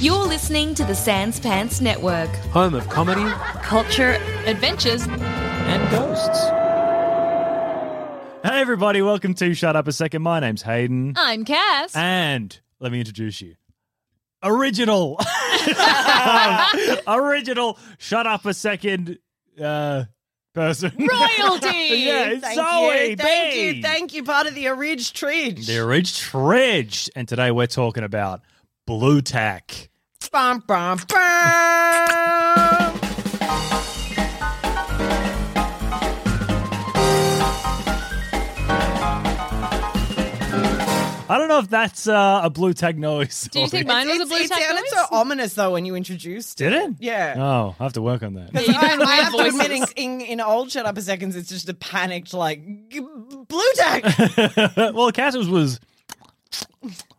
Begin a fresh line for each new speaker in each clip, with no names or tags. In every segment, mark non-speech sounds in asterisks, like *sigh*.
You're listening to the Sans Pants Network.
Home of comedy
Culture, adventures,
and ghosts.
Hey, everybody, welcome to Shut Up a Second. My name's Hayden.
I'm Cass.
And let me introduce you. Original. *laughs* Original Shut Up a Second uh, person.
Royalty!
*laughs* yeah, it's
Thank
Zoe
you. Thank
B.
you. Thank you. Part of the Orig Tridge.
The Ridge Tridge. And today we're talking about blue tack.
Bum, bum, bum.
I don't know if that's uh, a blue tack noise.
Do you think *laughs* mine was a
It's-
blue
it
tack
sounded
noise?
so ominous, though, when you introduced
*laughs*
it.
Did it?
Yeah.
Oh, I have to work on that.
you
I,
did
I
weird
have to admit, in,
voices.
in, in old Shut Up a Seconds, it's just a panicked, like, g- blue
*laughs*
tack.
Oh, Uh, well, Cass's was,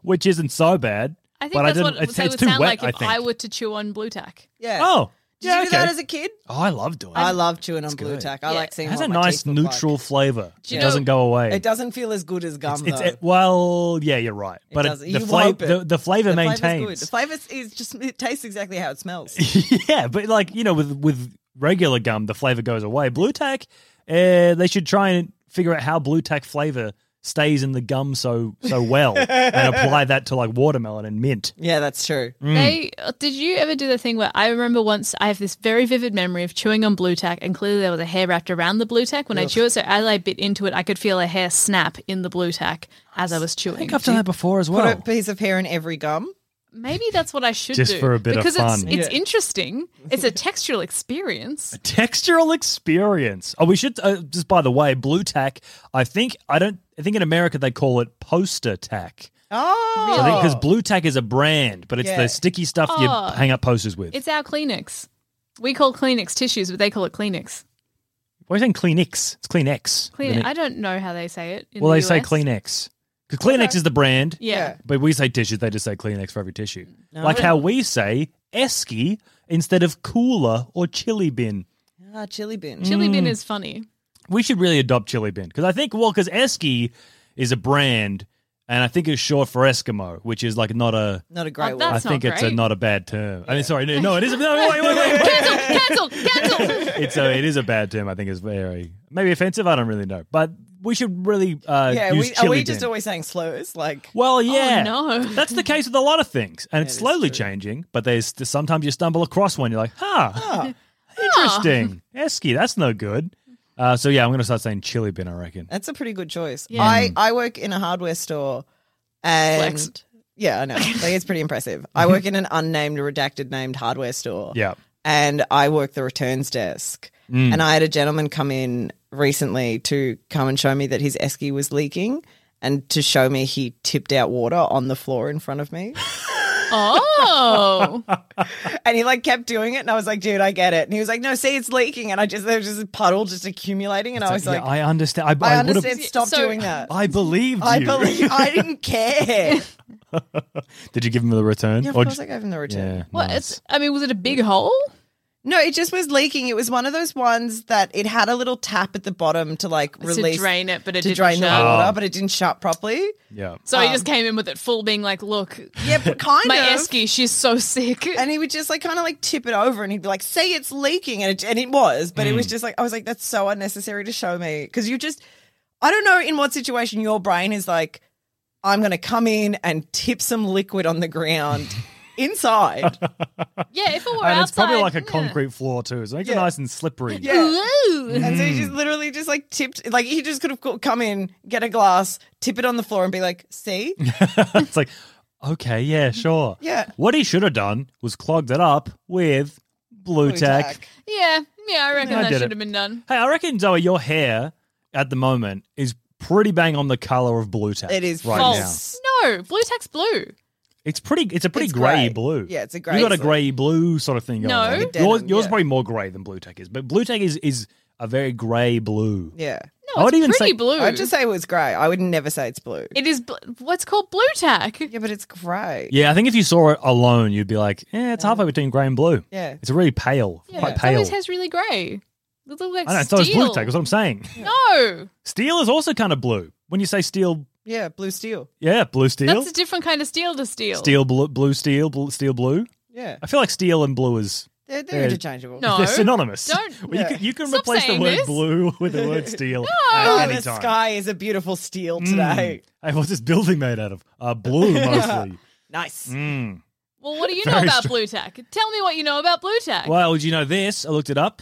which isn't so bad.
I think
but
that's
I didn't,
what
it's,
they
it's
would
too
sound
wet,
like
I
if
think.
I were to chew on blue tack.
Yeah.
Oh,
Did
yeah,
you do that
okay.
as a kid?
Oh, I love doing.
I
it.
love chewing on blue
good.
tack. I
Yeah.
like
It
seeing
has
what
a
my
nice
teeth look
neutral
Like.
flavor.
Do you
it doesn't
know-
go away.
It doesn't feel as good as gum,
It's,
though.
it, well, yeah, you're right. But it
doesn't.
the,
You
fla-
hope it-
the, the flavor
the flavor's good. The
maintains.
flavor is just, it tastes exactly how it smells.
*laughs* yeah, but like you know, with with regular gum, the flavor goes away. Blue tack, uh, they should try and figure out how blue tack flavor stays in the gum so so
*laughs*
well, and apply that to like watermelon and mint.
yeah, that's true.
Hmm.
They uh, did you ever do the thing where I remember once I have this very vivid memory of chewing on blue tack, and clearly there was a hair wrapped around the blue tack when I chew it. So as I bit into it, I could feel a hair snap in the blue tack as I was chewing.
I think I've done that before as well.
Put a piece of hair in every gum.
Maybe that's what I should
Just
do
for a bit of
because
fun.
it's it's interesting.
*laughs*
It's a textual experience.
textural experience. Oh, we should uh, just by the way, blue tack. I think I don't. I think in America they call it poster tack.
Oh,
I think because blue tack is a brand, but it's
Yeah.
the sticky stuff you
Oh.
hang up posters with.
It's our Kleenex. We call Kleenex tissues, but they call it Kleenex.
Why are you saying Kleenex? It's Kleenex.
Kleenex.
Isn't it?
I don't know how they say it. In
well,
the
they say
US.
Kleenex because Kleenex is the brand,
Yeah.
Yeah.
but we say tissues. They just say Kleenex for every tissue, like how we say esky instead of cooler or chili bin.
Ah, chili bin.
Chili
Hmm.
bin is funny.
We should really adopt chili bin because I think well because Esky is a brand and I think it's short for Eskimo, which is like not a.
Not a great
Oh,
one.
I
That's not
think it's a
great.
not a bad term. I mean, sorry, no, no, it is. No, wait, wait, wait,
*laughs*
wait. *laughs*
Cancelled. Cancelled.
It's a, it is a bad term. I think it's very maybe offensive. I don't really know, but we should really uh,
Yeah,
use
we, are
chili
we
bin.
just always Oh, saying slurs? Like,
Well, yeah, *laughs*
no.
that's the case with a lot of things, and it's slowly changing. But there's sometimes you stumble across one, you're like, huh, interesting, Esky, that's no good. Uh, so yeah, I'm gonna start saying chili bin. I
*laughs*
reckon.
that's a pretty good choice.
Yeah.
I,
Mm.
I work in a hardware store and.
Flexed.
Yeah,
*laughs*
I know. Like, it's pretty impressive. I work in an unnamed, redacted named hardware store.
Yeah. Mm.
And I work the returns desk. And I had a gentleman come in recently to come and show me that his esky was leaking and to show me he tipped out water on the floor in front of me.
*laughs*
Oh.
And he like kept doing it, and I was like, "Dude, I get it." And he was like, "No, see, it's leaking." And I just there was just a puddle just accumulating, and I was
Yeah,
like,
I understand. I,
"I,
I would've-
understand. Stop
So-
doing that."
I believed you.
I believe *laughs* I didn't care.
*laughs* Did you give him the return?
yeah, of
Or
course,
j-
I gave him the return.
Yeah,
What?
nice.
It's, I mean, was it a big hole?
No, it just was leaking. It was one of those ones that it had a little tap at the bottom to like release
To drain it, but it
to
didn't
drain the
shut.
water,
Oh.
but it didn't shut properly.
Yeah.
So he just came in with it full, being like, "Look,
Yeah,
*laughs*
but kind
my
of.
esky, she's so sick."
And he would just like kind of like tip it over, and he'd be like, "Say it's leaking," and it, and it was, but
Mm.
it was just like I was like, "That's so unnecessary to show me," because you just, I don't know in what situation your brain is like, "I'm going to come in and tip some liquid on
*laughs*
the ground inside."
*laughs* yeah, if it were
And
outside,
it's probably like a
yeah.
concrete floor too, so it makes it
Yeah.
nice and slippery.
*laughs* Yeah.
Ooh.
And so he just literally just like tipped, like he just could have co- come in, get a glass, tip it on the floor, and be like, "See,
it's like, okay, yeah, sure.
Yeah.
What he should have done was clogged it up with blue,
Blue
tack.
tack.
Yeah, yeah, I reckon
I
that
did
should
it.
have been done.
Hey, I reckon Zoe, your hair at the moment is pretty bang on the color of blue tack.
it is
right
false."
No, blue tack's blue.
now. It's pretty. It's a pretty
It's
grey
grey.
blue.
Yeah, it's a
You
grey
got a
blue.
grey blue sort of thing.
No.
going on.
Like a
denim,
yours, yours is
yeah.
probably more grey than blue tack is, but blue tack is is a very grey blue.
Yeah,
I
No, it's
would even
pretty
say-
blue.
I'd just say it was grey. I would never say it's blue.
it is bl- what's called blue tack.
yeah, but it's grey.
Yeah, I think if you saw it alone, you'd be like, "Yeah, it's halfway between grey and blue."
Yeah.
it's really pale, quite
Some of
pale.
his hair's really grey. They look like
I know, so
steel.
it's blue tack. That's what I'm saying.
No,
Steel is also kind of blue. When you say steel
Yeah, blue steel.
Yeah, blue steel,
That's a different kind of steel to steel.
steel blue, blue steel, bl- steel blue.
Yeah,
I feel like steel and blue is
they're, they're
Yeah.
interchangeable.
No.
they're synonymous.
Don't-
*laughs* Well, you can, you can
Stop
replace the
saying
word
this.
blue *laughs* with the
*laughs*
word steel
Oh,
at any
the
time.
sky is a beautiful steel
Mm.
today.
Hey, what's this building made out of? Uh,
*laughs*
blue mostly.
Nice.
Mm.
Well, what do
*laughs*
you know
Very
about
str-
blue tack? Tell me what you know about blue tack.
Well, do you know this? I looked it up.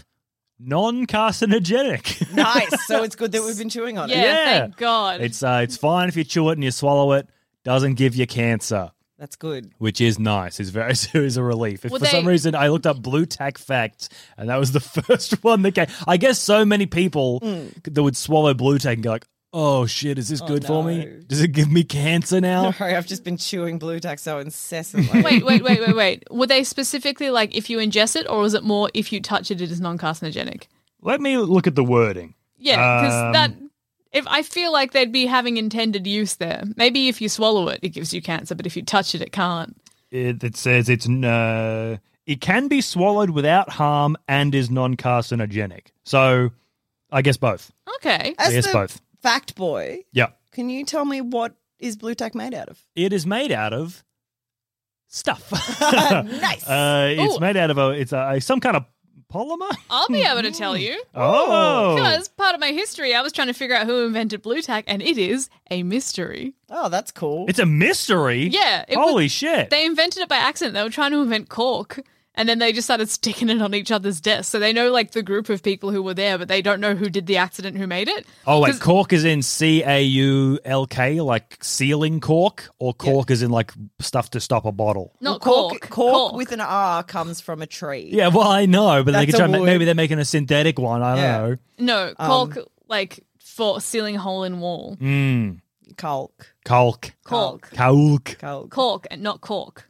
Non carcinogenic.
*laughs* nice. So it's good that
*laughs*
we've been chewing on
yeah,
it.
yeah.
thank God.
it's uh, it's fine if you chew it and you swallow it. Doesn't give you cancer,
That's good. *laughs*
which is nice. It's very *laughs* is a relief. If
Well,
for some
they-
reason I looked up blue tack facts, and that was the *laughs* first one that came. I guess so many people that would swallow blue tack and go like, "Oh shit, is this good for me?
no.
Does it give me cancer
*laughs*
now?"
Sorry, I've just been chewing blue tack so incessantly.
*laughs* wait, wait, wait, wait, wait. Were they specifically like if you ingest it, or was it more if you touch it, it is non carcinogenic?
Let me look at the wording.
Yeah, because
Um,
that. If I feel like they'd be having intended use there. Maybe if you swallow it, it gives you cancer, but if you touch it, it can't.
It, it says it's uh, it can be swallowed without harm and is non carcinogenic. So, I guess both.
Okay.
As
I guess
the
both.
fact boy,
Yeah.
can you tell me what is blue tack made out of?
It is made out of stuff. *laughs*
Nice.
Uh, it's
Ooh.
made out of a it's a, some kind of polymer.
I'll be able to tell you.
*laughs* Oh,
Because part of my history, I was trying to figure out who invented blue tack, and it is a mystery.
Oh, that's cool.
it's a mystery.
Yeah, it was-
Holy shit.
They invented it by accident. They were trying to invent cork, and then they just started sticking it on each other's desks. So they know like the group of people who were there, but they don't know who did the accident, who made it.
oh wait,
'cause-
cork is in C A U L K, like sealing cork, or cork is in like stuff to stop a bottle.
Well,
Not cork,
Cork, with an R comes from a tree.
Yeah, well, I know, but they
That's
could try.
a
ma-
wood.
Maybe they're making a synthetic one. I don't
Yeah.
know.
no cork like for sealing hole in wall.
Mm.
Calc.
Calc.
Cork,
Calc.
Calc.
cork, and not cork.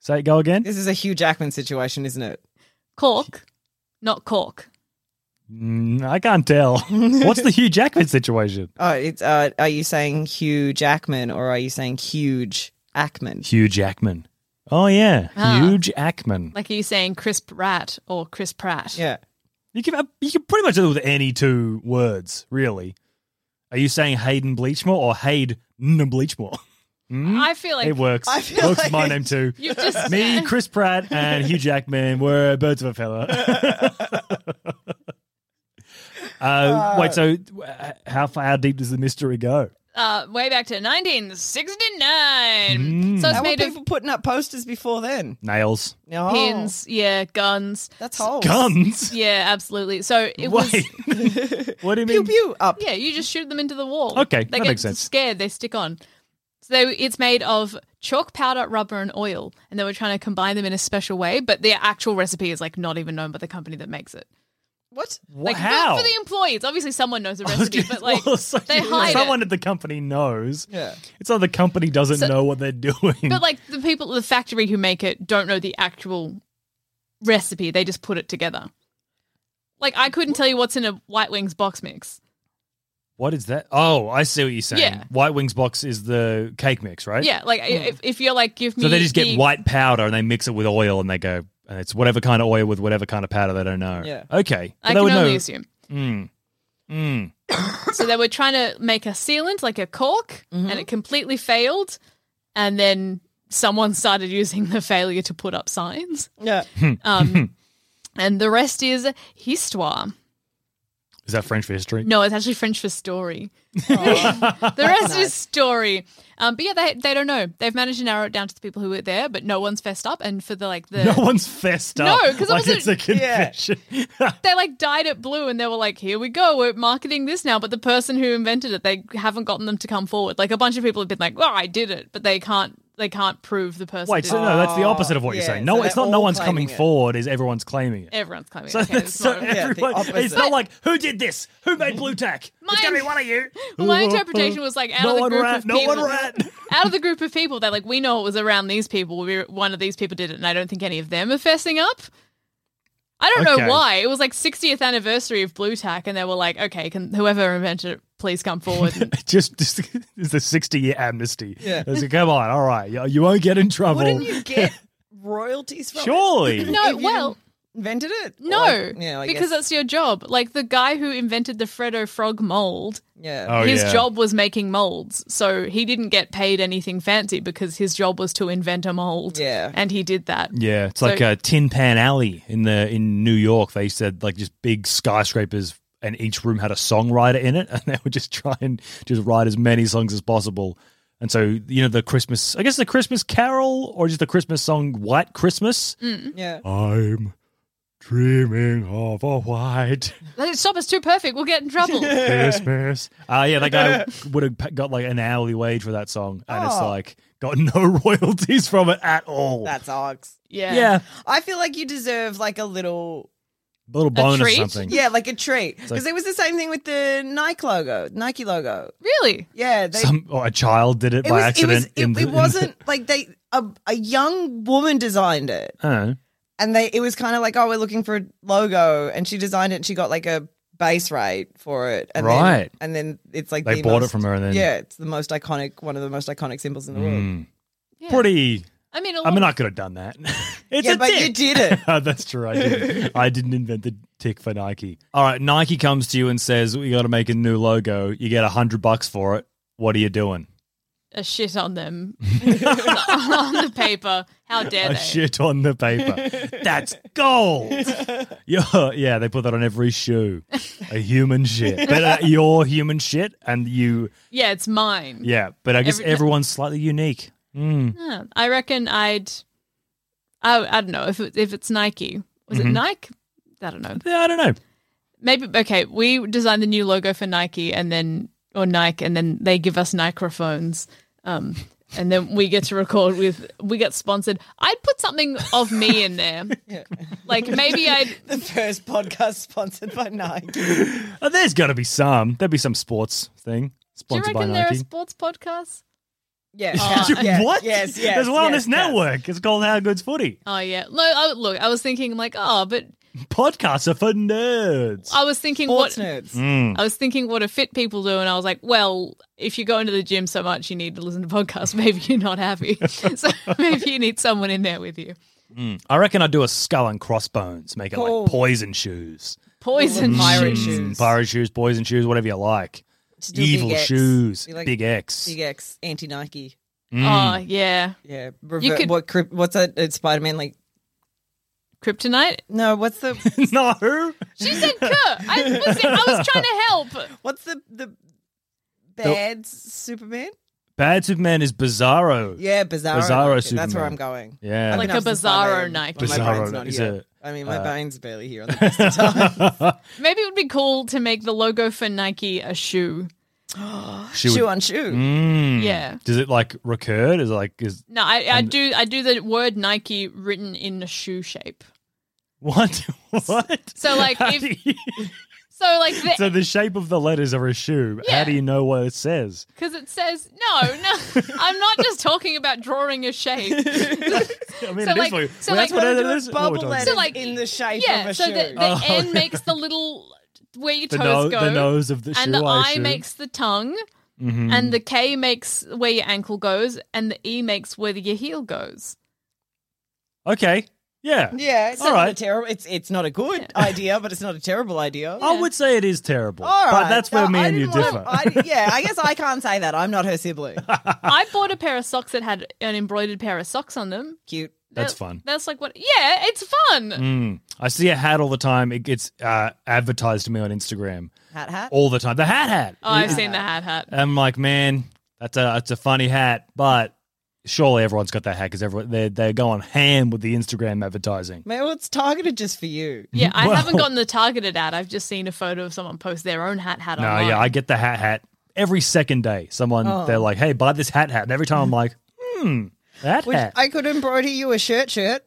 Say it go again.
This is a Hugh Jackman situation, isn't it?
Cork, not cork.
Mm, I can't tell. What's the Hugh Jackman situation?
Oh, it's uh, are you saying Hugh Jackman or are you saying huge Ackman?
Hugh Jackman. Oh yeah,
Ah.
huge Ackman.
Like are you saying crisp rat or crisp Pratt?
Yeah.
You can uh, you can pretty much do it with any two words, really. Are you saying Hayden Bleachmore or Hayden Bleachmore?
I feel like
it works.
I feel
works
like-
my name too.
you've
*laughs*
just
Me, Chris Pratt, and Hugh Jackman were birds of a feather. *laughs* uh, wait, so uh, how far, how deep does the mystery go?
uh, way back to 1969. So it's
How were
made of
people putting up posters before then?
Nails,
No.
pins, yeah, guns.
That's holes.
guns.
Yeah, absolutely. So it was.
Wait, *laughs* what do you
Pew
mean?
pew up.
Yeah, you just shoot them into the wall.
Okay, that
they get
makes sense.
Scared, they stick on. So they, it's made of chalk powder, rubber, and oil, and they were trying to combine them in a special way. But the actual recipe is like not even known by the company that makes it.
What?
What?
Like for-
how?
for the employees, obviously someone
*laughs*
knows the recipe, but like
Well, so
they
you-
hide
someone
it.
at the company knows.
Yeah.
It's not the company doesn't know what they're doing.
But like the people at the factory who make it don't know the actual recipe; they just put it together. Like I couldn't tell you what's in a White Wings box mix.
what is that? Oh, I see what you're saying.
Yeah.
White Wings box is the cake mix, right?
Yeah, like if, if you're like give me,
So they just
the-
get white powder and they mix it with oil and they go, and it's whatever kind of oil with whatever kind of powder they don't know.
Yeah.
Okay. But
I
they
can
would
only
know.
assume.
Mm. Mm.
*coughs* So they were trying to make a sealant, like a cork, and it completely failed. And then someone started using the failure to put up signs.
Yeah.
Um, and the rest is histoire.
Is that French for history?
No, it's actually French for story. *laughs* the rest is story. Um, but yeah, they they don't know. They've managed to narrow it down to the people who were there, but no one's fessed up. And for the like the
No one's fessed
No,
up.
'cause it
like
wasn't-
it's a
Yeah.
confession. *laughs*
they like dyed it blue and they were like, here we go, we're marketing this now. But the person who invented it, they haven't gotten them to come forward. Like a bunch of people have been like, well, I did it, but they can't they can't prove the person.
Wait,
did
so
it.
no, that's the opposite of what you're
Oh, Yeah,
saying. No,
so
it's
they're
not. No
all
one's
claiming
coming
it.
forward. Is everyone's claiming it?
Everyone's
*laughs*
claiming
So,
it. Okay, it's
so
not-
yeah, the
everyone, it's
opposite.
not like who did this? Who made blue tack? it's gonna be
Mine-
one of you.
*laughs*
*laughs*
my interpretation was like out
no
of the
one
group
rat,
of
no
people.
one rat.
Out of the group of people, they're like, we know it was around these people. We one of these people did it, and I don't think any of them are fessing up. I don't
Okay.
know why. It was like 60th anniversary of Blue Tack, and they were like, okay, can whoever invented it, please
*laughs*
come forward.
*laughs*
and
just, just it's a 60 year amnesty.
Yeah.
It's like, come on, all right, you, you won't get in trouble.
Wouldn't you get royalties from it?
*laughs*
Surely.
No,
If you
Oh, well,
invented it?
No,
Or- yeah, I
because
guess.
that's your job. Like the guy who invented the Freddo Frog mold,
yeah,
Oh,
his
yeah.
job was making molds, so he didn't get paid anything fancy because his job was to invent a mold.
Yeah.
and he did that.
Yeah, it's
So-
like a Tin Pan Alley in the in New York. They said like just big skyscrapers, and each room had a songwriter in it, *laughs* and they would just try and just write as many songs as possible. And so you know the Christmas, I guess the Christmas Carol or just the Christmas song White Christmas.
yeah.
I'm dreaming of a white
Like, Stop! It's too perfect. We'll get in trouble.
Christmas. Uh, yeah, that guy would have got like an hourly wage for that song, and it's
Oh.
like got no *laughs* royalties from it at all.
That's ox.
yeah,
yeah,
I feel like you deserve like a little,
a little bonus or
treat?
something.
yeah, like a treat. Because
like-
it was the same thing with the Nike logo, Nike logo.
really.
Yeah, they,
Some or a child did it,
it
by
was,
accident.
It, was,
in
it,
the-
it
in the-
wasn't like they a, a young woman designed it,
Oh.
and they it was kind of like oh we're looking for a logo, and she designed it, and she got like a base rate for it, and
Right.
Then, and then it's like
They
the
bought it
most-
from her and then-
yeah, it's the most iconic, one of the most iconic symbols in the world.
Mm.
Yeah.
Pretty.
I mean, a
I
lot
mean, I could have done that. *laughs* it's
yeah,
a
but
tick.
you did it.
*laughs* Oh, that's true. I didn't. I didn't invent the tick for Nike. All right, Nike comes to you and says, "We got to make a new logo. You get a hundred bucks for it. What are you doing?
a shit on
*laughs*
them *laughs* on the paper. How dare
a
they?
shit on the
*laughs*
paper. that's gold. Yeah, yeah. They put that on every shoe. A human shit, but uh, your human shit, and you.
Yeah, it's mine.
Yeah, but I guess
Every-
everyone's slightly unique. Mm.
Yeah, I reckon I'd. I, I don't know if it, if it's Nike. Was
Mm-hmm.
it Nike? I don't know.
Yeah, I don't know.
Maybe okay. We designed the new logo for Nike, and then or Nike, and then they give us microphones, um, and then we get to record with. We get sponsored. I'd put something of me in there, like maybe I'd.
the first podcast sponsored by Nike.
Oh, there's got to be some. There'd be some sports thing
Do you
sponsored by
reckon there
*laughs*
are
Nike.
sports podcasts?
*laughs*
Yeah.
what?
Oh, Yes. Yes.
There's a
yes,
wellness
yes.
network. It's called How Good's Footy.
Oh yeah. No, I, look, I was thinking like, oh, but
Podcasts are for nerds.
Oh.
I was thinking
Sports
what
nerds.
Mm.
I was thinking what do fit people do, and I was like, well, if you go into the gym so much, you need to listen to podcasts. *laughs* Maybe you're not happy, *laughs* so maybe you need someone in there with you.
I reckon I'd do a skull and crossbones, make it
Cool.
like poison shoes.
Poison
Pirate
Mm.
shoes.
shoes.
Pirate shoes, poison shoes, whatever you like.
Just do a
Evil
big X.
shoes,
Be like-
big X. *laughs*
Big X, anti Nike.
Oh
Mm.
yeah,
Yeah. Rever-
You could-
what crypt- what's that Spider Man like
kryptonite.
no, what's *laughs* the
no.
She said, "Cur." I was, I was trying to help.
what's the the bad Superman?
Bad Superman is Bizarro.
Yeah, Bizarro.
Bizarro
Nike. That's
Superman.
where I'm going.
Yeah. *laughs*
Like
Enough
a
since
Bizarro
Spider-Man.
Nike.
Well, my
Bizarro
brain's not
is
here.
a-
I mean, my
uh,
brain's barely here on the
*laughs*
best of time.
Maybe it would be cool to make the logo for Nike a shoe.
She
shoe
would-
on shoe.
Mm.
Yeah.
Does it like recur? Is it like is *laughs*
No, I, I do. I do the word Nike written in a shoe shape.
what? what?
So, like,
How
if-
do you-
So like the
so the shape of the letters are a shoe. How
Yeah.
do you know what it says?
Because it says, no, no, I'm not just talking about drawing
*laughs*
a shape.
I mean,
So,
it is
like-
what-
so,
that's
like-
what
Do
it
a
is. what we're
bubble
talking
letter
So,
about.
like,
in the shape
yeah,
of a
so
shoe.
the, the
Oh,
N
yeah.
makes the little, where your
the,
toes
nose,
go.
the nose of the shoe.
and the
I
I
assume. Mm-hmm.
makes the tongue. And the K makes where your ankle goes. And the E makes where your heel goes.
Okay. Yeah.
yeah, it's
All
not
right.
a terrible. It's it's not a good *laughs* idea, but it's not a terrible idea.
I would say it is terrible,
All right.
Oh, but that's where
No,
me
I
and you
didn't
differ.
wanna- I, yeah, I guess I can't say that. I'm not her sibling.
I bought a pair of socks that had an embroidered pair of socks on them.
Cute.
*laughs* That's
That-
fun.
That's like what? Yeah, it's fun.
Mm. I see a hat all the time. It gets uh, advertised to me on Instagram
Hat hat.
all the time. The hat hat.
Oh, I've seen the
*laughs*
hat hat.
I'm like, man, that's a that's a funny hat, but surely everyone's got that hat because everyone they're they're going ham with the Instagram advertising.
Maybe it's targeted just for you.
Yeah, I
Well-
haven't gotten the targeted ad. I've just seen a photo of someone post their own hat hat
No,
online.
yeah, I get the hat hat every second day. Someone
Oh.
they're like, hey, buy this hat hat, and every time
*laughs*
I'm like, hmm, that
Which
hat.
I could embroider you a shirt shirt.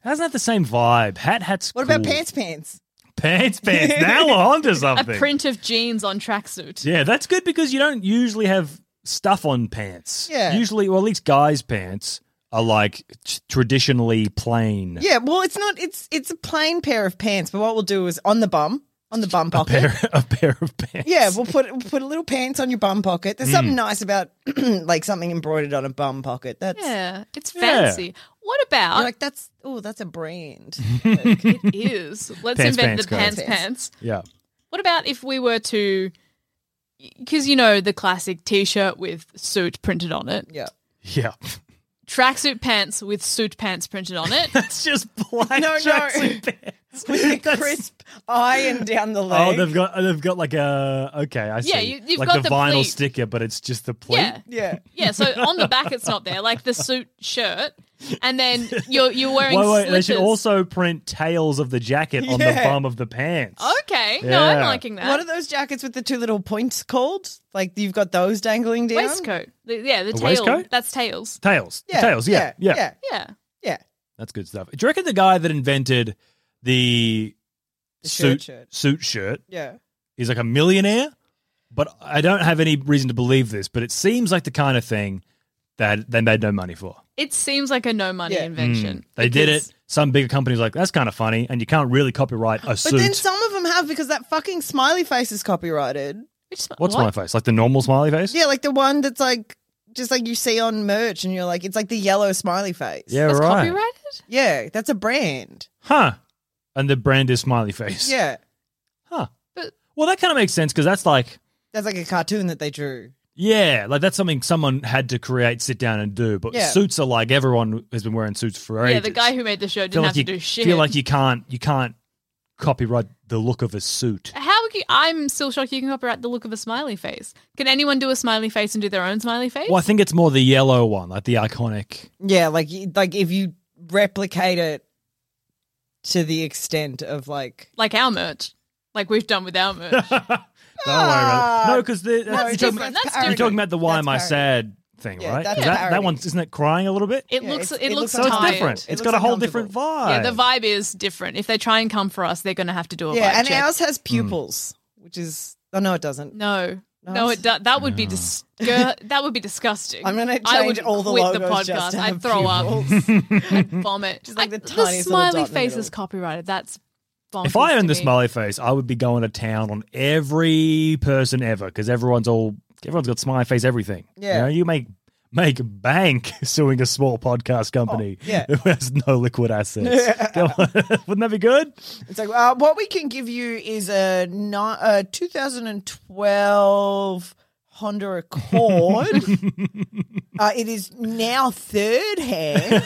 Hasn't that the same vibe? Hat hats.
What about
cool.
pants pants? *laughs*
Pants, pants. Now we're onto
a
something.
print of jeans on tracksuit.
Yeah, that's good because you don't usually have stuff on pants.
Yeah.
Usually, well, at least guys' pants are like t- traditionally plain.
Yeah, well, it's not. It's it's a plain pair of pants. But what we'll do is on the bum, on the bum pocket.
pair, a pair of pants.
Yeah, we'll put we'll put a little pants on your bum pocket. There's
Mm.
something nice about *clears throat* like something embroidered on a bum pocket. That's
Yeah, it's
Yeah.
fancy. What
you're
about
like that's oh, that's
*laughs*
a brand.
it is? Let's
Pants,
invent
pants,
the
guys.
pants, pants.
yeah.
What about if we were to, because you know the classic T-shirt with suit printed on it,
yeah.
Yeah. *laughs*
tracksuit pants with suit pants printed
*laughs*
on it.
That's just black
No, no.
tracksuit
*laughs*
pants.
With the
*laughs* That's-
crisp iron down the
Oh,
leg.
they've got they've got like a okay, I see.
Yeah, you- you've
like
got
the
the
vinyl
pleat.
sticker, but it's just the pleat.
yeah,
yeah.
yeah. So on the back, it's not there, like the suit shirt, and then you're you're wearing
Wait, wait, they
slippers.
should also print tails of the jacket on the
Yeah.
bum of the pants.
okay, no, I'm
Yeah.
liking that.
What are those jackets with the two little points called? Like you've got those dangling down.
waistcoat? The- yeah, the
A
tail.
waistcoat?
That's tails.
Tails. tails, yeah. Yeah.
yeah,
Yeah.
yeah.
That's good stuff. Do you reckon the guy that invented the,
The
suit
shirt shirt.
suit shirt
yeah.
is like a millionaire? But I don't have any reason to believe this, but it seems like the kind of thing that they made no money for. Mm.
It seems like a no money
Yeah.
invention.
They did
because-
it. Some bigger companies like that's kind of funny, and you can't really copyright a
But
suit.
then some of them have because that fucking smiley face is copyrighted.
Which,
What's my face? Like the normal smiley face?
*laughs* Yeah, like the one that's like just like you see on merch, and you're like, it's like the yellow smiley face.
Yeah,
That's
right.
copyrighted?
yeah, that's a brand.
Huh. And the brand is smiley face.
Yeah,
Huh.
But-
well, that kind of makes sense because that's like,
that's like a cartoon that they drew.
yeah, like that's something someone had to create, sit down and do. But
Yeah.
suits are like everyone has been wearing suits for ages.
Yeah, the guy who made the show didn't
feel
have
like you,
to do shit.
Feel like you can't you can't copyright the look of a suit.
How would you, I'm still shocked you can copyright the look of a smiley face. Can anyone do a smiley face and do their own smiley face?
Well, I think it's more the yellow one, like the iconic.
Yeah, like you- like if you replicate it to the extent of like
Like our merch. Like we've done with
*laughs*
our merch.
Don't worry about it. No, because the,
That's
you're,
different.
talking about,
That's
you're
parody.
talking about the why
That's
am I
parody.
sad thing,
Yeah,
right?
that's
Is that, that
parody.
one isn't it crying a little bit?
It
Yeah,
looks
it's-
it,
it
looks,
looks
so
tired.
it's different.
It
it's
looks
got a whole different vibe.
Yeah, the vibe is different. If they try and come for us, they're going to have to do a
Oh. Yeah,
vibe
and
check.
ours
Hmm.
has pupils, which is oh no, it doesn't.
no.
No,
No,
it's-
it, do- that would be dis- that would be disgusting.
I'm gonna change
I would
all the
quit
logos
the
just
podcast.
to
I'd
have
throw up.
pupils.
*laughs*
*laughs*
I'd vomit.
Just like the
I-
tiniest little dot
smiley
in the
face
middle.
is copyrighted. That's
If I
bonkers
owned
to
the
me.
smiley face, I would be going to town on every person ever because everyone's all everyone's got smiley face everything.
Yeah.
you, know, you make make bank *laughs* suing a small podcast company
Oh, yeah.
who has no liquid assets. *laughs* Come on. Wouldn't that be good? *laughs*
It's like uh, what we can give you is a, ni- a 2012 Honda Accord. uh, it is now third hand.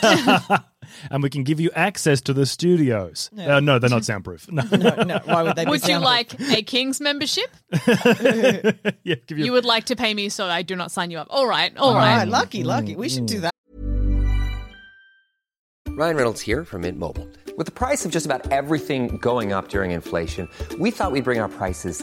*laughs*
and we can give you access to the studios. Uh, no, they're
*laughs*
not soundproof. *laughs* No,
no, no, why would they? be
Would you
soundproof?
like a King's membership?
yeah, give you.
You would like to pay me so I do not sign you up. All right, all
All right,
right.
lucky, lucky. We should do that.
Ryan Reynolds here from Mint Mobile. With the price of just about everything going up during inflation, we thought we'd bring our prices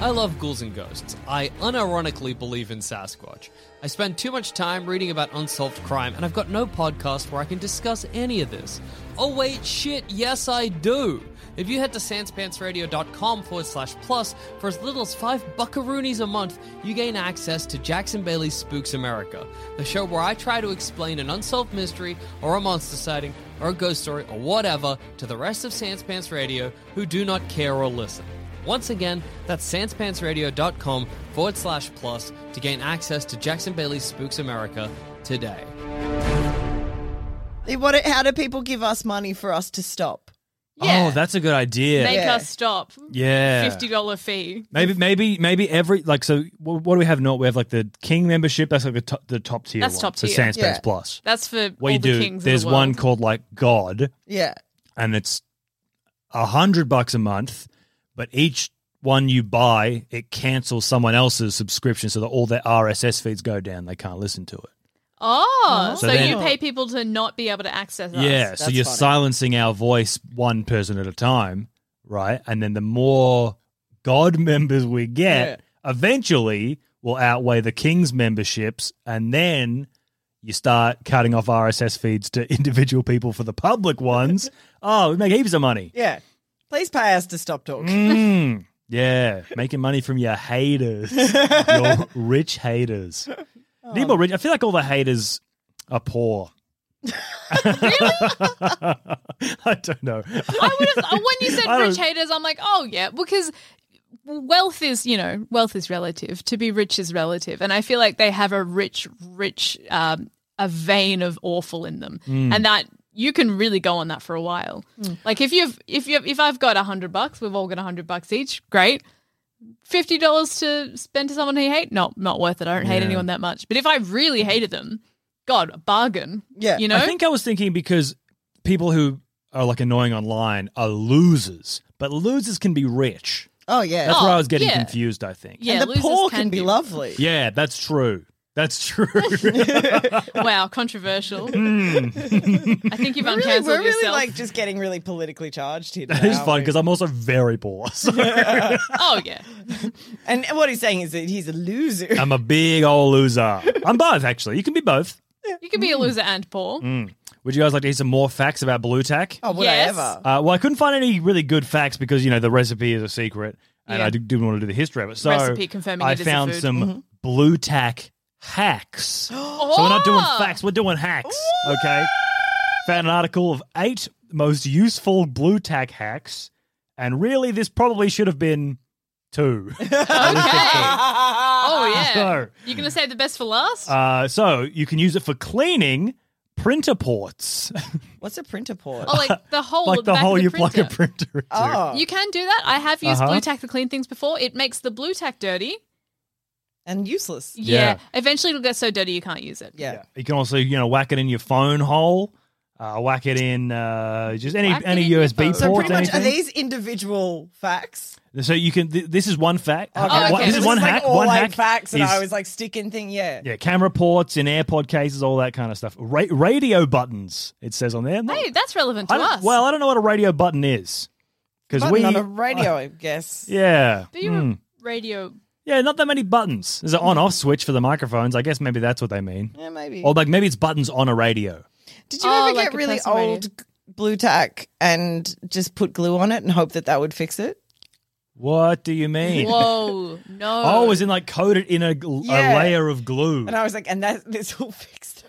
I love ghouls and ghosts. I unironically believe in Sasquatch. I spend too much time reading about unsolved crime, and I've got no podcast where I can discuss any of this. Oh, wait, shit, yes, I do. If you head to sanspantsradio.com forward slash plus, for as little as five buckaroonies a month, you gain access to Jackson Bailey's Spooks America, the show where I try to explain an unsolved mystery or a monster sighting or a ghost story or whatever to the rest of Sanspants Radio who do not care or listen. Once again, that's sanspantsradio.com forward slash plus to gain access to Jackson Bailey's Spooks America today.
What? How do people give us money for us to stop?
Yeah.
Oh, that's a good idea.
Make
Yeah.
us stop.
yeah.
Fifty dollar fee.
Maybe, maybe, maybe every like so. wh- What do we have? Not we have like the king membership. That's like the top, the top tier.
That's
one.
top
So
tier.
Sans
Yeah.
Plus.
That's for
What
all
you
the
do?
kings.
There's
of the
one
world.
called like God,
Yeah,
and it's a hundred bucks a month, but each one you buy, it cancels someone else's subscription, so that all their RSS feeds go down. They can't listen to it.
Oh,
So
so,
then-
you pay people to not be able to access us.
yeah, so
that's
you're
funny.
silencing our voice one person at a time, right? And then the more God *laughs* members we get, eventually will outweigh the King's memberships, and then you start cutting off RSS feeds to *laughs* individual people for the public
*laughs*
ones. oh, we make heaps of money.
Yeah. Please pay us to stop talking.
Mm, yeah, making money from your haters,
*laughs*
your rich haters.
Oh.
Need more rich. I feel like all the haters are poor. *laughs* I don't know.
I would have, when
*laughs*
you
I
said
don't-
rich haters, I'm like, oh yeah, because wealth is, you know, wealth is relative. To be rich is relative, and I feel like they have a rich, rich, um, a vein of awful in them,
Mm.
and that you can really go on that for a while. Like if you've, if you, have if I've got a hundred bucks, we've all got a hundred bucks each. Great. Fifty dollars to spend to someone who you hate? Not not worth it. I don't hate
Yeah.
anyone that much. But if I really hated them, God, a bargain.
Yeah.
you know.
I think I was thinking because people who are like annoying online are losers, but losers can be rich.
Oh, yeah.
That's
Oh,
where I was getting
yeah.
confused, I think.
yeah,
and the
losers
poor can,
can
be,
be-
lovely.
Yeah, that's true. That's true.
*laughs*
*laughs*
Wow, controversial.
Mm.
I think you've
We're really,
uncancelled
we're really
yourself.
like just getting really politically charged here.
that
today,
is
aren't
fun
we?
because I'm also very poor. So
*laughs* oh yeah,
And what he's saying is that he's a loser.
I'm a big old loser. I'm both, actually. You can be both.
you can be
Mm.
a loser and poor.
Mm. Would you guys like to hear some more facts about Blue Tack?
oh, would
Yes.
I ever?
Uh, well, I couldn't find any really good facts because you know the recipe is a secret, and
Yeah.
I d- didn't want to do the history of it. So
Recipe confirming
I
it is a
found
food. Mm-hmm.
some blue tack
*gasps*
hacks. So we're not doing facts; we're doing hacks. Okay. Found an article of eight most useful blue tack hacks, and really, this probably should have been
*laughs*
two.
Okay. oh yeah.
Ah, so,
You're gonna save the best for last.
uh, so you can use it for cleaning printer ports,
What's a printer port?
oh, like the
*laughs*
whole
like the
back
hole
of the
you plug
printer.
a printer into.
Oh.
You can do that. I have used
Uh-huh.
blue tack to clean things before. It makes the blue tack dirty.
and useless.
Yeah.
Yeah.
Eventually, it'll get so dirty you can't use it.
Yeah.
You can also, you know, whack it in your phone hole, uh, whack it in uh, just any
Whack it
any
in your
USB
phone.
port.
So
So pretty much, are
anything.
these individual facts?
so you can. Th- this is one fact.
Oh,
One-
okay.
This
So
is
this
one
is
hack.
Like all
one
eight
hack
facts, and
is-
I was like sticking thing. Yeah.
yeah, camera ports in AirPod cases, all that kind of stuff. Ra- radio buttons, it says on there.
Hey, that's relevant to
I don't-
us.
well, I don't know what a radio button is because
Button
we
on a radio, I guess.
*laughs* yeah.
do you
Hmm.
have radio?
Yeah, not that many buttons. There's an on-off switch for the microphones. I guess maybe that's what they mean.
Yeah, maybe.
Or like maybe it's buttons on a radio.
Did you
Oh,
ever
like
get
a
really
personal radio.
old g- blue tack and just put glue on it and hope that that would fix it?
What do you mean? *laughs*
Whoa, no.
Oh, as in like coated in a, gl- a
Yeah.
layer of glue.
And I was like, and that this will fix it.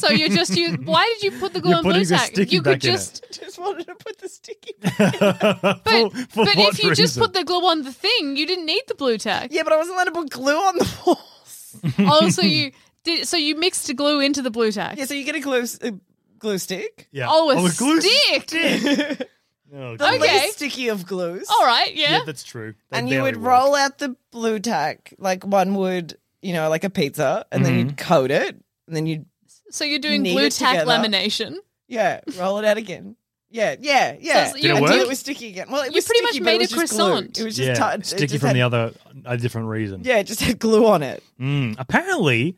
*laughs*
so you're just you. Why did you put the glue
Oh. You're
on
putting
blue
the
tack?
sticky
You could
back in it.
just.
Just wanted to put the sticky.
But,
For- for
but
what
if you just
reason?
put the glue on the thing, you didn't need the blue tack.
yeah, but I wasn't allowed to put glue on the walls.
oh,
*laughs*
so you did? So you mixed the glue into the blue tack?
Yeah, so you get a glue s- a glue stick.
yeah.
Oh, a
Oh, glue
stick.
*laughs*
Oh,
The
Okay.
least sticky of glues.
All right. Yeah.
Yeah, that's true. They
and you
barely
would
work.
roll out the blue tack like one would, you know, like a pizza, and then
Mm-hmm.
you'd coat it, and then you'd
so you're doing
Knead
blue
it
tack
together.
lamination.
yeah roll it out again. Yeah, yeah, yeah.
So you- Did it
Until
work?
it was sticky again. Well, it
You
was
pretty
sticky, but
much made
it was
a
just glue.
croissant.
It was just
Yeah,
tou- it
sticky
just
from
had-
the other a different reason.
*laughs* Yeah, it just had glue on it.
Mm, apparently,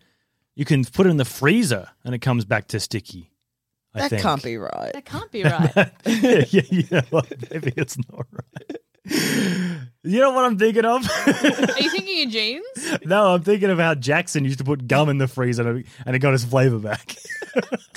you can put it in the freezer and it comes back to sticky. I
that
think.
can't be right.
That can't be right.
*laughs* yeah, yeah, yeah. *laughs* Well, maybe it's not right. You know what I'm thinking of? *laughs*
Are you thinking your jeans?
no, I'm thinking of how Jackson used to put gum in the freezer and it- and it got its flavor back. *laughs*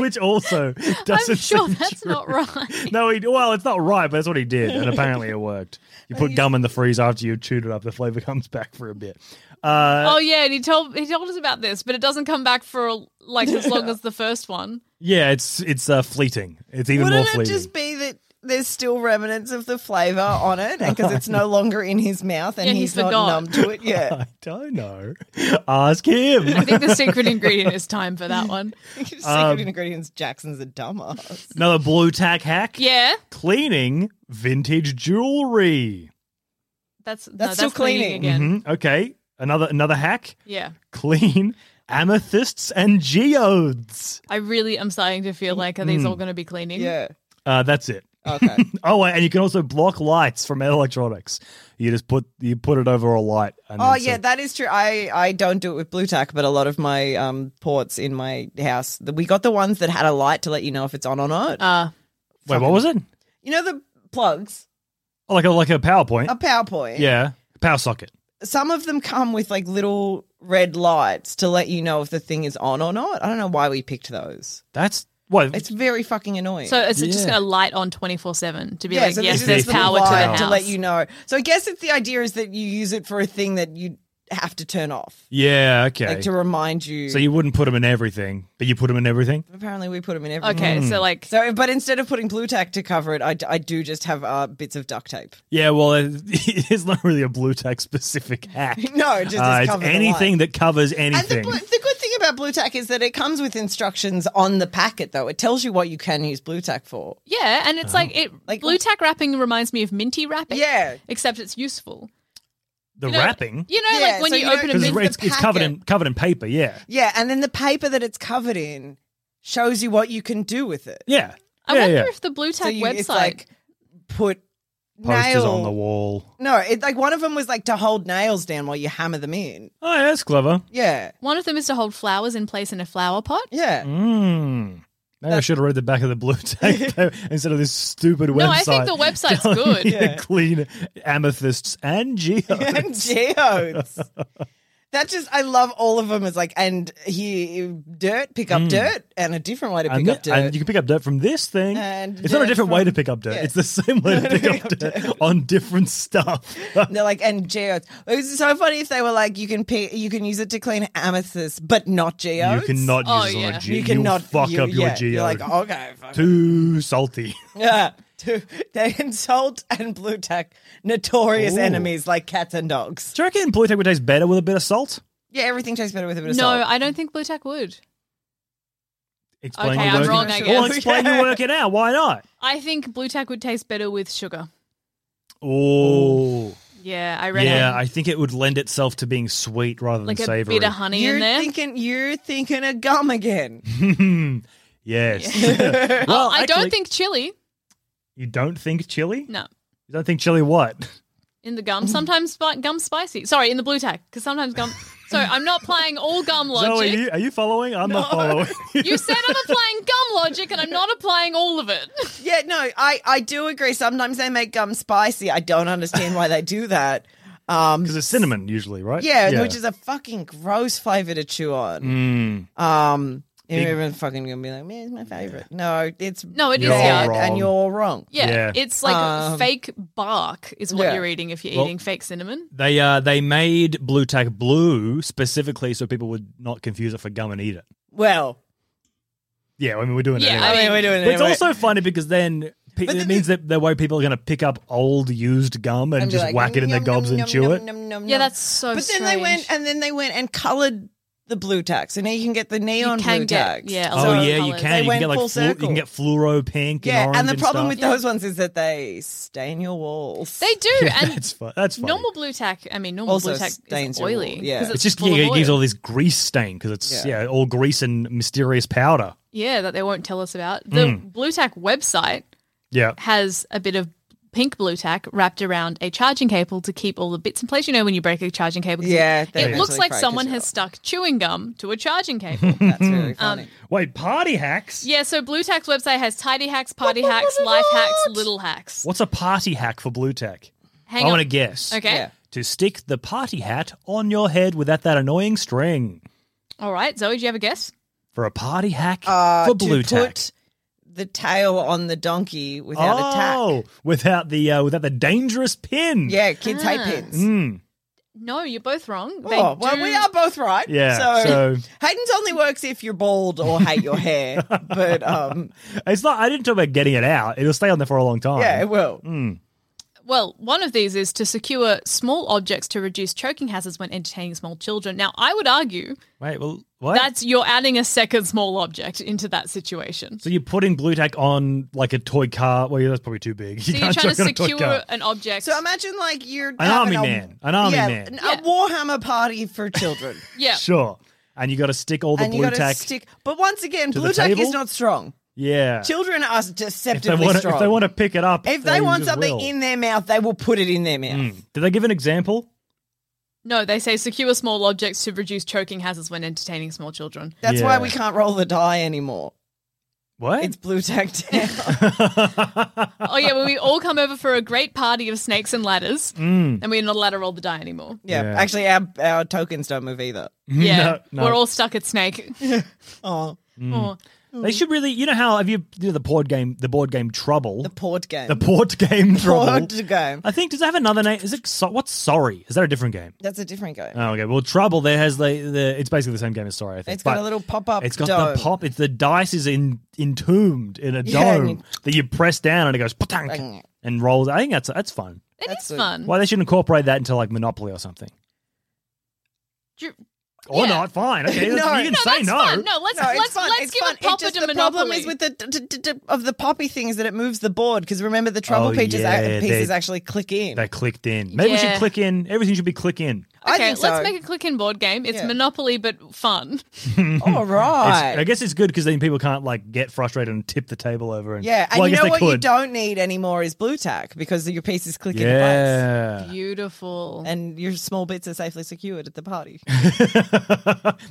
Which also doesn't
*laughs* I'm sure
seem
that's
true.
not right.
No, he well, it's not right, but that's what he did, and apparently it worked. You put gum in the freezer after you chewed it up; the flavor comes back for a bit. Uh,
Oh yeah, and he told he told us about this, but it doesn't come back for like
*laughs*
as long as the first one.
yeah, it's it's uh, fleeting. It's even
Wouldn't
more
it
fleeting.
just be that there's still remnants of the flavour on it, and because
*laughs*
it's no longer in his mouth and
Yeah, he
he's not
forgot.
numb to it? Yeah,
*laughs*
*laughs*
I don't know. Ask
*laughs*
him.
I think the secret ingredient is time for that one.
secret
Um,
ingredients. Jackson's a dumbass. *laughs*
Another blue tack hack.
Yeah,
cleaning vintage jewelry.
that's no,
That's
that's
still
cleaning,
cleaning.
again.
Mhm, Okay, another another hack.
Yeah,
Clean amethysts and geodes.
I really am starting to feel like are these
Mm.
all going to be cleaning?
Yeah.
Uh, that's it.
Okay.
Oh, and you can also block lights from electronics. You just put you put it over a light. And
Oh
then
yeah,
so-
that is true. I I don't do it with blue tack, but a lot of my um ports in my house, the- we got the ones that had a light to let you know if it's on or not.
Uh,
wait, what was it?
you know the plugs,
Oh, like a like a PowerPoint.
a PowerPoint.
yeah, power socket.
Some of them come with like little red lights to let you know if the thing is on or not. I don't know why we picked those.
That's what.
It's very fucking annoying.
So is it just
Yeah.
going to light on 24 7 to be like,
so
yes,
this
there's
is little
power to the
light
house?
to let you know. So I guess it's the idea is that you use it for a thing that you have to turn off,
yeah, okay.
like to remind you.
so you wouldn't put them in everything, but you put them in everything.
apparently we put them in everything.
Okay,
Hmm.
so like,
So, but instead of putting blue tack to cover it, I, d- I do just have uh, bits of duct tape.
Yeah, well, it- *laughs* it's not really a blue tag specific hack.
*laughs*
Uh,
No, it just is
it's
covered in
anything that covers
And the,
anything.
bl- the good thing about blue tack is that it comes with instructions on the packet, though. It tells you what you can use blue tack for.
yeah, and it's like, it
Like- um,
blue tack wrapping reminds me of minty wrapping.
Yeah.
Except it's useful.
the
You know,
wrapping
You know,
Yeah,
like when
so
you,
you don't-
open a
It
because
means
minty.
it's,
the
it's covered
packet.
in covered in paper. Yeah,
Yeah, and then the paper that it's covered in shows you what you can do with it.
yeah,
I
yeah,
wonder
yeah.
if the blue tack
So you,
website.
it's like put
posters
nail
on the wall.
No, it, like one of them was like to hold nails down while you hammer them in.
Oh, yeah, that's clever.
Yeah,
one of them is to hold flowers in place in a flower pot.
yeah.
Mm. Maybe I should have read the back of the
*laughs*
blue tape instead of this stupid website.
No, I think
*laughs*
the website's
telling
good.
you to Clean amethysts and
*laughs*
geodes.
and geodes.
*laughs*
That just, I love all of them. It's like, and here, dirt, pick up dirt, and a different way to pick
Hmm. And,
up
thi-
dirt.
and you can pick up dirt from this thing.
And
it's not a
dirt
different way to
from-
pick up dirt.
yeah.
It's the same
*laughs*
way to pick up dirt on different stuff.
And they're like, and geodes. It was so funny if they were like, you can pick, you can use it to clean amethyst, but not
you
geodes.
cannot
Oh,
use it on
yeah.
a geode.
You cannot
fuck
you-
up your
yeah.
geode.
You're like, oh. okay, fuck.
Too salty.
*laughs*
*laughs*
Yeah. To, they insult and blue tack notorious
Ooh.
enemies like cats and dogs.
Do you reckon blue tape would taste better with a bit of salt?
Yeah, everything tastes better with a bit
No,
of salt.
I don't think blue tack would.
Explain
Okay,
your
I'm
work.
wrong, I
Well,
guess.
explain
*laughs*
your work it out. Why not?
I think blue tack would taste better with sugar.
Oh,
Yeah, I read
yeah. I think it would lend itself to being sweet rather than
like a
savory.
bit of honey
you're
in there.
thinking you're thinking of gum again.
*laughs*
yes. *laughs*
oh,
well,
I
actually-
don't think chili.
you don't think chili.
No.
You don't think chili what?
In the
Mm-hmm.
gum, sometimes spi- gum spicy. Sorry, in the blue tack, because sometimes gum. So I'm not playing all gum
Zoe,
*laughs* logic.
are
you...
you, are you following? I'm not following.
*laughs* said I'm applying gum logic, and I'm not applying all of it. *laughs*
Yeah, no, I, I do agree. Sometimes they make gum spicy. I don't understand why they do that. Um,
Because it's cinnamon usually, right?
yeah, which is a fucking gross flavor to chew on.
Mm.
Um, and everyone's fucking gonna be like, man, it's my favorite. No, it's
No, it is
You're
yeah.
bad,
wrong.
and you're wrong.
Yeah,
Yeah.
it's like
Um,
fake bark is what
yeah.
you're eating if you're
Well-
eating fake cinnamon.
*laughs*
They uh they made blue tack blue specifically so people would not confuse it for gum and eat it.
Well,
Yeah, I mean we're doing it.
Yeah,
anyway.
I
I mean,
mean-
we're doing
But
it.
it's
anyway.
also funny because then pe-
But
it
then
means that the way people are going to pick up old used gum and
And be
just
like,
whack
"Mm,
it in their
"Nom,
gobs
nom,
and
nom,
chew
nom,
it.
nom, nom,
Yeah,
nom."
that's so.
But then they went
strange.
and then they went and colored the blue tax, and now you can get the neon
you can
blue
get
tax.
yeah. a lot
Oh
of
yeah, you
colours.
can. You
went
can get like
full
flu- you can
circle.
get fluoro pink and
Yeah,
orange.
and the problem with
stuff.
those ones is that they stain your walls.
They do,
*laughs*
and
that's fun. That's funny.
normal blue tack. I mean, normal
Also
blue tack
stains
is
your
oily.
wall, yeah.
'cause
It's
It's just
full
yeah,
of
it gives
oil.
all this grease stain because it's yeah.
Yeah.
all grease and mysterious powder.
Yeah, that they won't tell us about. The
Mm.
blue tack website
Yeah,
has a bit of pink blue tack wrapped around a charging cable to keep all the bits in place. You know when you break a charging cable, 'cause
Yeah, they
it looks
eventually
like
crack
someone
as
has
well.
stuck chewing gum to a
*laughs*
charging cable.
That's really
*laughs*
funny.
Um,
wait, party hacks.
yeah, so blue tack's website has tidy
*laughs*
hacks, party hacks, life hacks, little hacks.
What's a party hack for blue tack?
Hang
I
on.
want to guess.
Okay.
Yeah.
To stick the party hat on your head without that annoying string
All right, Zoe, do you have a guess?
for a party hack
Uh,
for blue
to
tack.
put the tail on the donkey without a tack.
Oh, without the uh, without the dangerous pin.
Yeah, kids hate pins.
Mm.
No, you're both wrong. Ah. They
Oh, well,
do-
we are both right.
Yeah,
*laughs* So,
so-
Hayden's only works if you're bald or hate
*laughs*
your hair. But um,
It's not. I didn't talk about getting it out. It'll stay on there for a long time.
yeah, it will.
Mm.
Well, one of these is to secure small objects to reduce choking hazards when entertaining small children. Now, I would argue
Wait. Well, what?
that's you're adding a second small object into that situation.
so you're putting blue tack on like a toy car. Well, yeah, that's probably too big. *laughs*
So you're trying to secure
car.
an object.
So imagine like you're an
army man. An army
yeah,
man.
an-
Yeah.
a Warhammer party for children,
yeah.
Sure. And you got to stick all the
and you
blue
got to
tack.
stick. But once again,
to the
blue tack
table?
is not strong.
yeah.
Children are
If they
deceptively
want, to,
strong.
if they want to pick it up,
If they want
just
something
will. Mm,
in their mouth, they will put it in their mouth.
Did they give an example?
No, they say secure small objects to reduce choking hazards when entertaining small children.
That's why we
Yeah.
can't roll the die anymore.
What?
It's
*laughs*
blue tack tail.
Oh yeah, well we all come over for a great party of snakes and ladders,
Mm.
and we're not allowed to roll the die anymore.
*laughs*
*laughs*
yeah.
Yeah.
Actually, our, our tokens don't move either.
Yeah,
no. Mm.
we're all stuck at snake.
Oh,
*laughs* Oh.
they should really. You know how have you, you know, the board game? The board game Trouble.
the port game.
The port *laughs* game Trouble.
port *laughs* game.
I think does it have another name? Is it so, what's Sorry? Is that a different game?
That's a different game.
Oh, okay. Well, Trouble there has the, the it's basically the same game as Sorry. I think
It's got
but
a little pop-up
It's got
dome.
the pop. It's the dice is in, entombed in a
Yeah, and
dome
you-
that you press down and it goes patank and rolls. I think that's that's fun.
It
That's
is
a-
fun.
Why they should incorporate that into like Monopoly or something
Do you-
or
Yeah.
not? Fine.
*laughs*
Okay,
No.
you can
No,
say
that's
no.
fun. No, let's
No, it's
let's,
fun.
let's
it's
give
fun.
a popper
it just,
to
the
Monopoly.
problem is with the d- d- d- d- of the poppy things that it moves the board because remember the trouble
Oh,
pieces,
yeah,
ac- pieces
they-
actually click in.
They clicked in. Maybe we
Yeah.
should click in. Everything should be click in.
I
okay,
think so.
let's make a click in board game. It's
Yeah.
Monopoly but fun.
All
*laughs* It's-
Oh, right.
I guess it's good because then people can't like get frustrated and tip the table over. And
yeah, and
well, I
you
guess
know
they
what you
could.
don't need anymore is blue tack because your pieces click in the place.
yeah.
Beautiful.
And your small bits are safely secured at the party.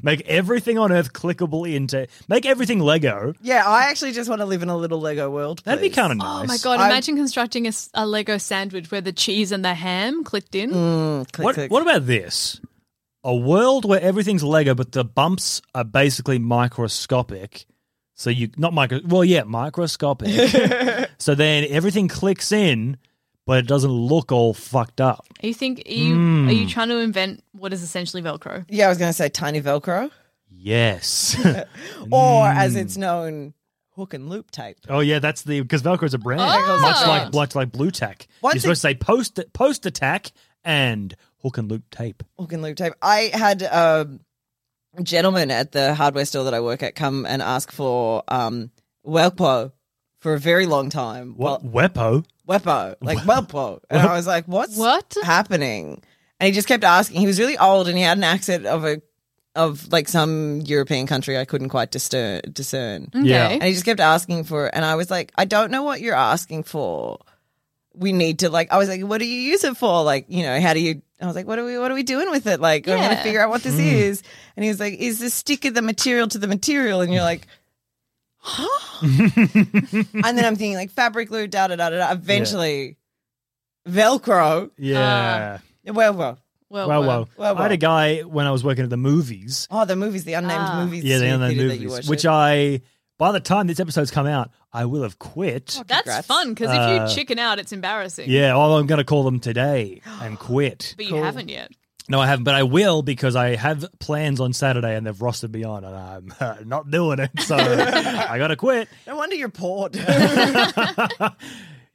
make everything on Earth clickable into. Make everything Lego.
yeah, I actually just want to live in a little Lego world.
That'd be
please.
kind of nice.
Oh my god!
I-
Imagine constructing a, s- a Lego sandwich where the cheese and the ham clicked in.
Mm, click,
What
click.
What about this? A world where everything's Lego, but the bumps are basically microscopic. So you not micro. Well, yeah,
*laughs*
microscopic. so then everything clicks in, but it doesn't look all fucked up.
Are you think are you are
Mm.
you trying to invent what is essentially Velcro?
Yeah, I was going to say tiny Velcro,
Yes. *laughs*
or as it's known, hook and loop tape.
oh yeah, that's the because Velcro's a brand,
Oh.
much like much like Blue Tack.
One
You're
thing-
supposed to say post post attack and hook and loop tape.
hook and loop tape. I had a gentleman at the hardware store that I work at come and ask for um Welpo for a very long time.
What Wepo?
Well, Wepo, like Welpo, and I was like, "What's
What?
happening?" And he just kept asking. He was really old, and he had an accent of a of like some European country I couldn't quite discern. discern.
Yeah.
Okay.
And he just kept asking for it. And I was like, I don't know what you're asking for. We need to like I was like, what do you use it for? Like, you know, how do you I was like, what are we what are we doing with it? Like, I'm gonna
Yeah.
figure out what this
Hmm.
is. And he was like, Is the sticker the material to the material? And you're like,
*laughs*
Huh? and then I'm thinking like fabric glue, da da da da da. Eventually Velcro.
Yeah.
Well well.
Well,
Wow,
well.
wow.
Well,
I had
well.
a guy when I was working at the movies.
Oh, the movies, the unnamed
Ah.
movies.
yeah, the
theater
unknown
that you watch
movies, which
it.
I, by the time this episode's come out, I will have quit.
That's
Congrats.
fun because
Uh,
if you chicken out, it's embarrassing.
Yeah, well, I'm going to call them today and
*gasps*
quit.
But you haven't *laughs* yet.
No, I haven't, but I will because I have plans on Saturday and they've rostered me on, and I'm uh, not doing it. So I got to quit. *laughs*
No wonder you're poor. *laughs*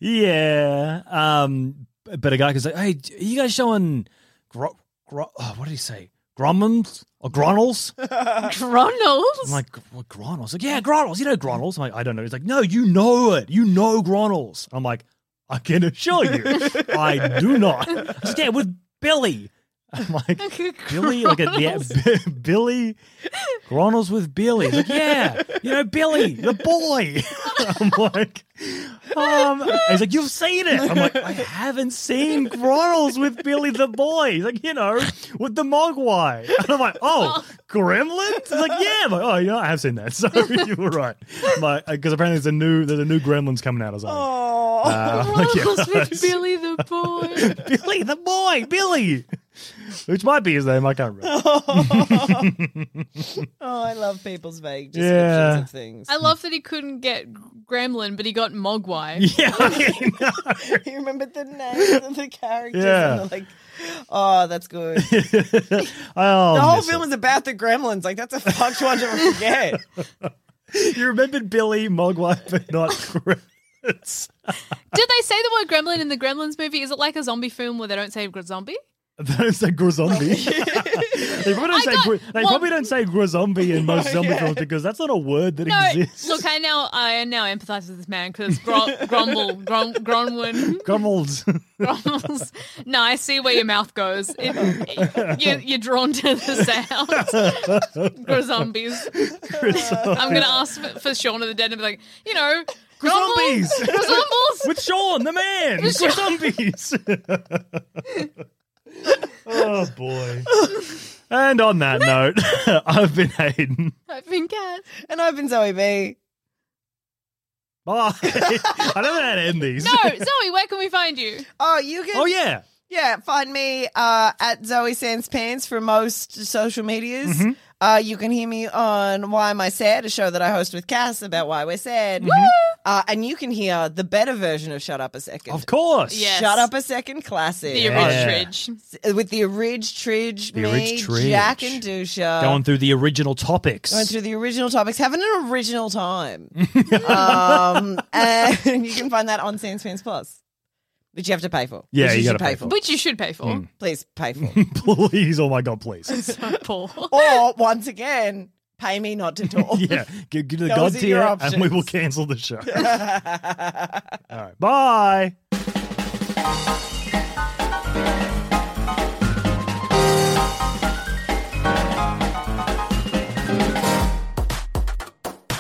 Yeah. Um, but a guy goes like, "Hey, are you guys showing? Gro- gro- oh, what did he say? Gromans or Gronals?"
Gronals?
I'm like, what, Gronals? Like, yeah, Gronals. You know Gronals? I'm like, I don't know. He's like, no, you know it. You know Gronals. I'm like, I can assure you, I do not. I said, yeah, with Billy. I'm like, Billy? *laughs* Like, a, yeah, B- Billy? Gronals with Billy. He's like, yeah, you know, Billy, the boy. *laughs* I'm like, um, he's like, you've seen it. I'm like, I haven't seen Gronals with Billy the boy. He's like, you know, with the Mogwai. *laughs* And I'm like, oh, Gremlins? He's like, yeah. I'm like, oh, yeah, I have seen that. *laughs* So you were right. Because apparently there's a new there's a new Gremlins coming out or something.
oh.
Uh, I'm like, yeah,
Gronals
right.
with Billy the boy.
Billy the boy, Billy. Which might be his name, I can't remember.
Oh, I love people's vague descriptions
Yeah.
of things.
*laughs* I love that he couldn't get Gremlin, but he got Mogwai.
Yeah, *laughs* I know.
*laughs* you remember the names of the characters
Yeah.
and the, like, oh,
*laughs*
that's good. The
I'll
whole
Oh, miss
film
it.
is about the gremlins. Like, that's a fucked one to
*laughs*
forget.
You remembered Billy Mogwai, but
*laughs*
not Gremlins.
Did they say the word Gremlin in the Gremlins movie? Is it like a zombie film where they don't say zombie?
They don't say
*laughs*
Grizombie. they probably don't say,
got-
gri- they
well-
probably don't say Grizombie in
*laughs*
most zombie films because that's not a word that
No.
exists.
Look, I now I now empathise with this man because gro- grumble, grom-
*laughs*
gronwin, *laughs*
Grommel's.
grumbles. *laughs* No, I see where your mouth goes. It, you, you're drawn to the sound. *laughs* Grizombies. I'm gonna ask for, for Shaun of the Dead and be like, you know, grumble,
Zombies!
Grizombles.
With Sean, the man!
With Sean.
Grizombies!
*laughs*
oh, boy. And on that *laughs* note, I've been Hayden.
I've been cat.
and I've been Zoe B.
*laughs*
Bye. I don't know how to end these.
No, Zoe, where can we find you?
Oh, you can.
Oh yeah.
Yeah, find me uh, at Zoe Sans Pants for most social medias.
Mm-hmm.
Uh, you can hear me on Why Am I Sad, a show that I host with Cass about why we're sad.
Mm-hmm.
Uh, and you can hear the better version of Shut Up a Second.
Of course.
Yeah.
Shut Up a Second classic.
The
Yeah.
Orange Ridge.
With the Orig Tridge,
The
me,
Orig Tridge.
Jack and Dusha.
Going through the original topics.
Going through the original topics, having an
*laughs*
original time. um, and *laughs* you can find that on Sans Pants Plus, which you have to pay for.
Yeah,
Which
you
should
gotta pay for.
Which you should pay for.
Hmm.
Please pay for.
*laughs* please, oh my god, please.
So poor.
*laughs* or once again, pay me not to
*laughs*
talk.
Yeah, give, give to the
Those
god
are your
tier, and we
options.
will cancel the
*laughs*
show. All right, bye.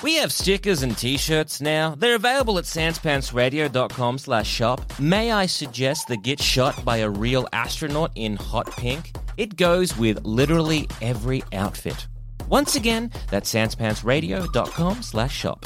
We have stickers and t-shirts now. They're available at sanspantsradio.com slash shop. May I suggest the Get Shot by a Real Astronaut in Hot Pink? It goes with literally every outfit. Once again, that's sanspantsradio.com slash shop.